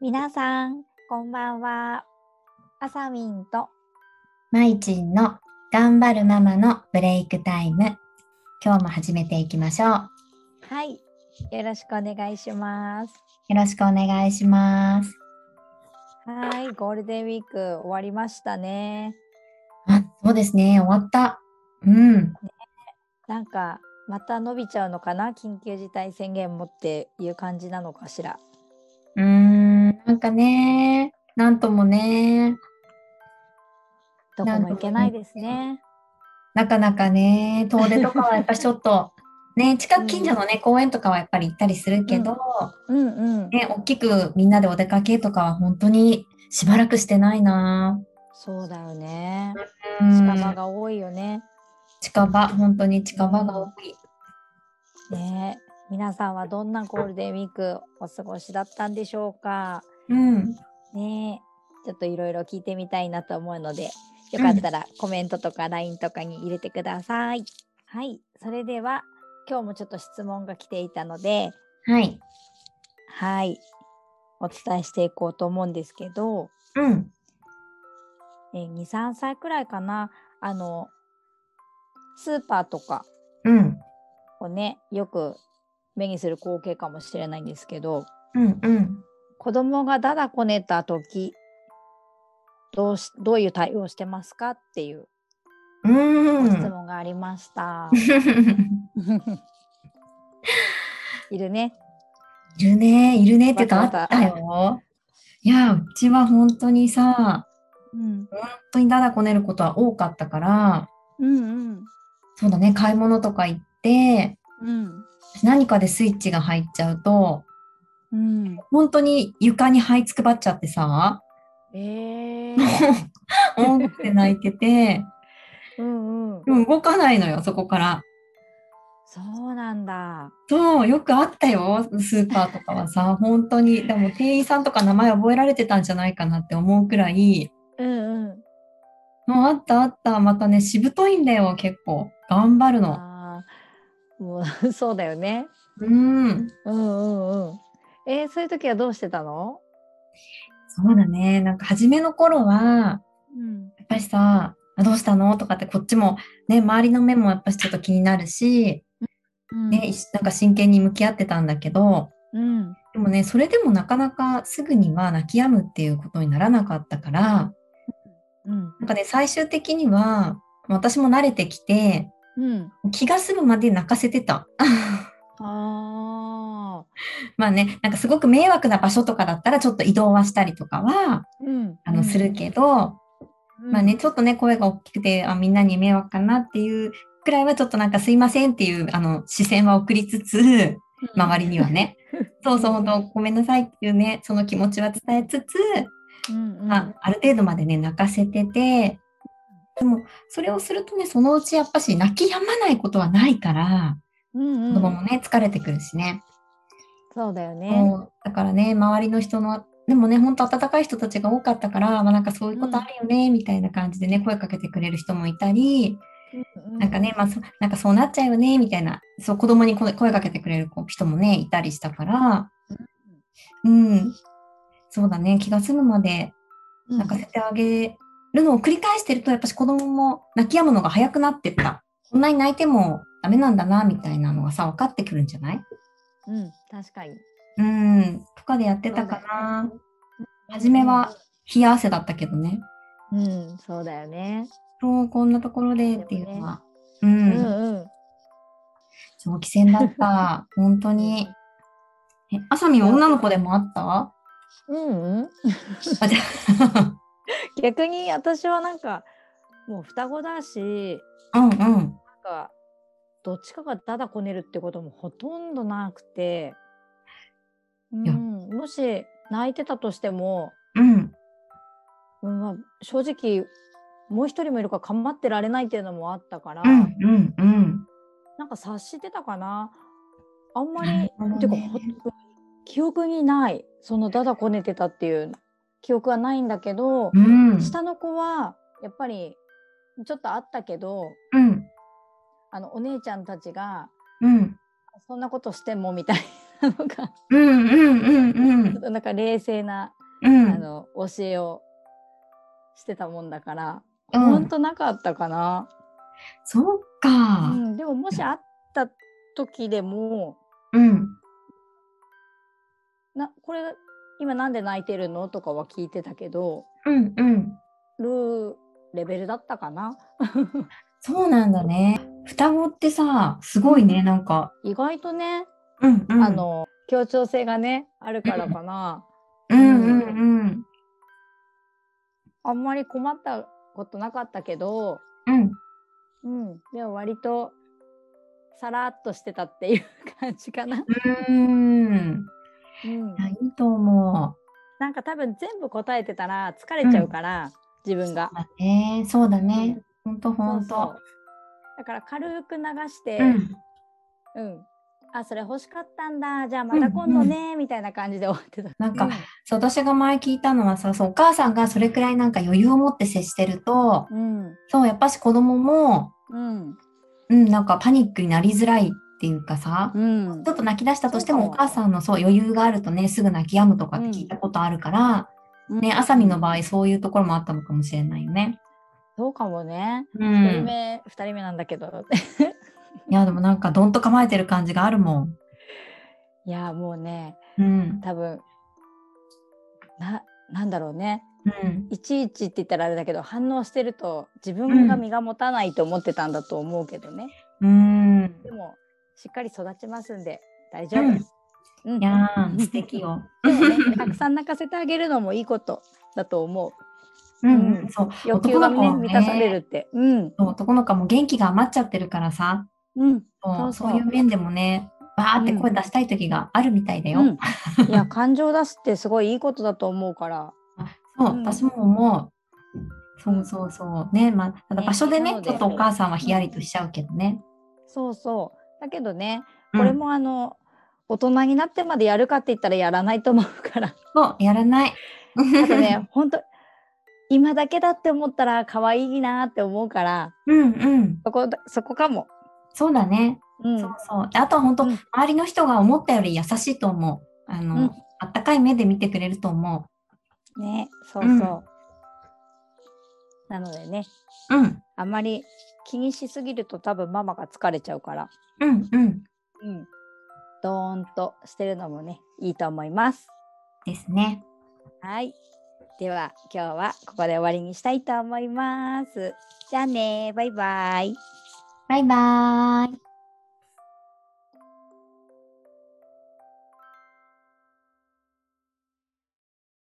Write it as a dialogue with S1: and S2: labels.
S1: 皆さん、こんばんは。あさみんと、
S2: まいちんの頑張るママのブレイクタイム。今日も始めていきましょう。よ
S1: はい、よろしくお願いします。
S2: ろしくお願いします。
S1: はい、ゴールデンウィーク終わりましたね。
S2: あ、そうですね。終わった。うん。
S1: なんか、また伸びちゃうのかな緊急事態宣言もっていう感じなのかしら。
S2: うーん、なんかね、なんともね、
S1: どこも行けないですね。
S2: なかなかね、遠出とかはやっぱりちょっ と、ね、近く近所のね、公園とかはやっぱり行ったりするけど、
S1: うんうん。
S2: ね、大きくみんなでお出かけとかは本当にしばらくしてないな。
S1: そうだよね。
S2: うん
S1: 近場が多いよね。
S2: 近場、本当に近場が多い。
S1: ね皆さんはどんなゴールデンウィークお過ごしだったんでしょうか
S2: うん。
S1: ねえちょっといろいろ聞いてみたいなと思うのでよかったらコメントとか LINE とかに入れてください、はいそれでは今日もちょっと質問が来ていたので
S2: はい。
S1: はいお伝えしていこうと思うんですけど、
S2: うん。
S1: えー23歳くらいかなあのスーパーとか
S2: うん。
S1: をねよく目にする光景かもしれないんですけど
S2: うんうん。
S1: 子供がだだこねた時どうしどういう対応してますかっていう
S2: う
S1: ご質
S2: ーん。
S1: 問がありま した。いるね。
S2: いるね、いるねっていうかあ
S1: わ
S2: っ
S1: かるわかる
S2: たよ。いや、うちは本当にさ、
S1: うん、
S2: 本当にだだこねることは多かったから、
S1: うん、うん、
S2: そうだね、買い物とか行って、
S1: うん、
S2: 何かでスイッチが入っちゃうと、
S1: うん。
S2: 本当に床に這いつくばっちゃって さ、
S1: ええ
S2: おんって泣いてて、
S1: うん、うん
S2: で。も動かないのよ、そこから。
S1: そうなんだ。
S2: そう、よくあったよ、スーパーとかはさ、本当に、でも店員さんとか名前覚えられてたんじゃないかなって思うくらい、
S1: うん、うん。
S2: もうあったあった、またね、しぶといんだよ、結構。頑張るの。
S1: ああ、もうそうだよね。
S2: うん。
S1: うん、うん、うん。えー、そういう時はどうしてたの？
S2: そうだね。なんか、初めの頃は、
S1: うん、
S2: やっぱりさ、あどうしたのとかって、こっちも、ね、周りの目もやっぱしちょっと気になるし、
S1: うん、
S2: ね、一なんか真剣に向き合ってたんだけど、
S1: うん、
S2: でもね、それでもなかなかすぐには泣き止むっていうことにならなかったから、
S1: うん、
S2: なんかね、最終的には、私も慣れてきて、
S1: うん。
S2: 気が済むまで泣かせてた。
S1: ああ、
S2: まあね、なんかすごく迷惑な場所とかだったら、ちょっと移動はしたりとかは、
S1: うん。
S2: あの、するけど、
S1: うん。
S2: まあね、ちょっとね、声が大きくて、あ、みんなに迷惑かなっていうくらいは、ちょっとなんかすいませんっていう、あの、視線は送りつつ、
S1: うん
S2: 周りには ね、そうそう、本当ごめんなさいっていうね、その気持ちは伝えつつ、
S1: うん、うん、
S2: まあ、ある程度までね、泣かせてて、でも、それをするとね、そのうちやっぱし泣き止まないことはないから、
S1: うん、うん。
S2: 子供もね、疲れてくるしね。
S1: そうだよね。
S2: そうだからね周りの人のでもねほんと温かい人たちが多かったから、まあ、なんかそういうことあるよね、みたいな感じでね声かけてくれる人もいたり、
S1: う
S2: なんかね、まあ、そなんかそうなっちゃうよねみたいなそう子供に声声かけてくれる子人もねいたりしたからうんそうだね気が済むまで
S1: うん
S2: 泣かせてあげるのを繰り返してるとやっぱし子供も泣き止むのが早くなってったこんなに泣いてもダメなんだなみたいなのがさ分かってくるんじゃない
S1: うん、確かに。
S2: うん、とかでやってたかな。初めは冷や汗だったけどね。
S1: うん、そうだよね。
S2: そう、こんなところでっていうのは。う、
S1: うんんうん。
S2: 長期戦だった。本当に。え、あさみは女の子でもあった
S1: うんうん。
S2: あ、じゃあ
S1: 逆に私はなんかもう双子だし、
S2: うんうん。
S1: なんかどっちかがダダこねるってこともほとんどなくて、うん、
S2: や
S1: もし泣いてたとしても、
S2: うん。
S1: うんまあ、正直もう一人もいるから頑張ってられないっていうのもあったから、
S2: うんうんうん。
S1: なんか察してたかな。あんま
S2: な
S1: り
S2: るほどね
S1: てかほ記憶にないそのダダこねてたっていう記憶はないんだけど、
S2: うん。
S1: 下の子はやっぱりちょっとあったけど
S2: うん。
S1: あのお姉ちゃんたちが
S2: うん。
S1: そんなことしてもみたいなのか、
S2: うんうんうんう
S1: ちょっ
S2: ん。
S1: となんか冷静な、
S2: うん。
S1: あの教えをしてたもんだから、
S2: うん
S1: ほんとなかったかな。
S2: そう
S1: う
S2: か。
S1: ん、でももしあった時でも、
S2: うん。
S1: なこれ今なんで泣いてるのとかは聞いてたけど、
S2: うんうん。
S1: るレベルだったかな。
S2: そうなんだね。双子ってさ、すごいね、なんか。
S1: 意外とね、
S2: うんうん。
S1: あ、の協調性がねあるからか な。
S2: うんうんうん。
S1: あんまり困ったことなかったけど、
S2: うん。
S1: うん、でも割とさらっとしてたっていう感じかな。
S2: うん。
S1: うん
S2: いや、いいと思う。
S1: なんか多分全部答えてたら疲れちゃうから、自分が。
S2: まあね、そうだね。ほんとほ
S1: そう
S2: ん
S1: そ
S2: と
S1: う。だから軽く流して、
S2: う
S1: うん
S2: ん。
S1: あそれ欲しかったんだじゃあまた今度ね、みたいな感じで終わってた。
S2: なん
S1: う
S2: か、そう、私が前聞いたのはさ、そう、お母さんがそれくらいなんか余裕を持って接してると、
S1: うん
S2: そう、やっぱし子供も、
S1: うん
S2: うん、なんかパニックになりづらいっていうかさ、
S1: うん
S2: ちょっと泣き出したとして
S1: そ
S2: も、
S1: う
S2: お
S1: かも
S2: 母さんのそう余裕があるとね、すぐ泣き止むとかって聞いたことあるから、ね、あさみの場合、そういうところもあったのかもしれないよね。
S1: そうかもね。一
S2: う
S1: 人
S2: ん。
S1: 目二人目なんだけど
S2: いや、でもなんか、どんと構えてる感じがあるもん。
S1: いやもうね
S2: うん。
S1: 多分ななんだろうね
S2: うん。
S1: いちいちって言ったらあれだけど反応してると自分が身が持たないと思ってたんだと思うけどね、
S2: うん。
S1: でもしっかり育ちますんで大丈夫です。うん
S2: いやー、素敵よ。
S1: でもねたくさん泣かせてあげるのもいいことだと思う。
S2: うん、うん、そう。
S1: 欲求が、ね
S2: 男の子はね
S1: 満たされるって。うん
S2: そう男の子も元気が余っちゃってるからさ、
S1: うん
S2: そう
S1: そうそう
S2: そういう面でもね、バーって声出したい時があるみたいだよ。
S1: うん、いや感情出すってすごいいいことだと思うから。
S2: そう、
S1: うん
S2: 私も思う。そうそうそう。ね、まあ、ただ
S1: ね
S2: 場所で
S1: そ
S2: ね
S1: う、だ
S2: ち
S1: よ
S2: ょっとお母さんはヒヤリとしちゃうけどね。
S1: そうそうだけどね
S2: う
S1: こ
S2: ん
S1: れもあの、大人になってまでやるかって言ったらやらないと思う から。
S2: そう、やらない。
S1: あとね本当今だけだって思ったら可愛いなって思うから
S2: うんうん。
S1: そこだそこかも。
S2: そうだね。
S1: うん、
S2: そうそう。であとは本当、
S1: うん
S2: 周りの人が思ったより優しいと思う。あの、
S1: うん
S2: あったかい目で見てくれると思
S1: ねそうそう、
S2: うん
S1: なのでね
S2: う。うん。
S1: あんまり気にしすぎると多分ママが疲れちゃうから、
S2: うんうん。
S1: うん、ドーンとしてるのもねいいと思います
S2: ですね。
S1: はいでは今日はここで終わりにしたいと思いますじゃあねバイバイ
S2: バイバーイ。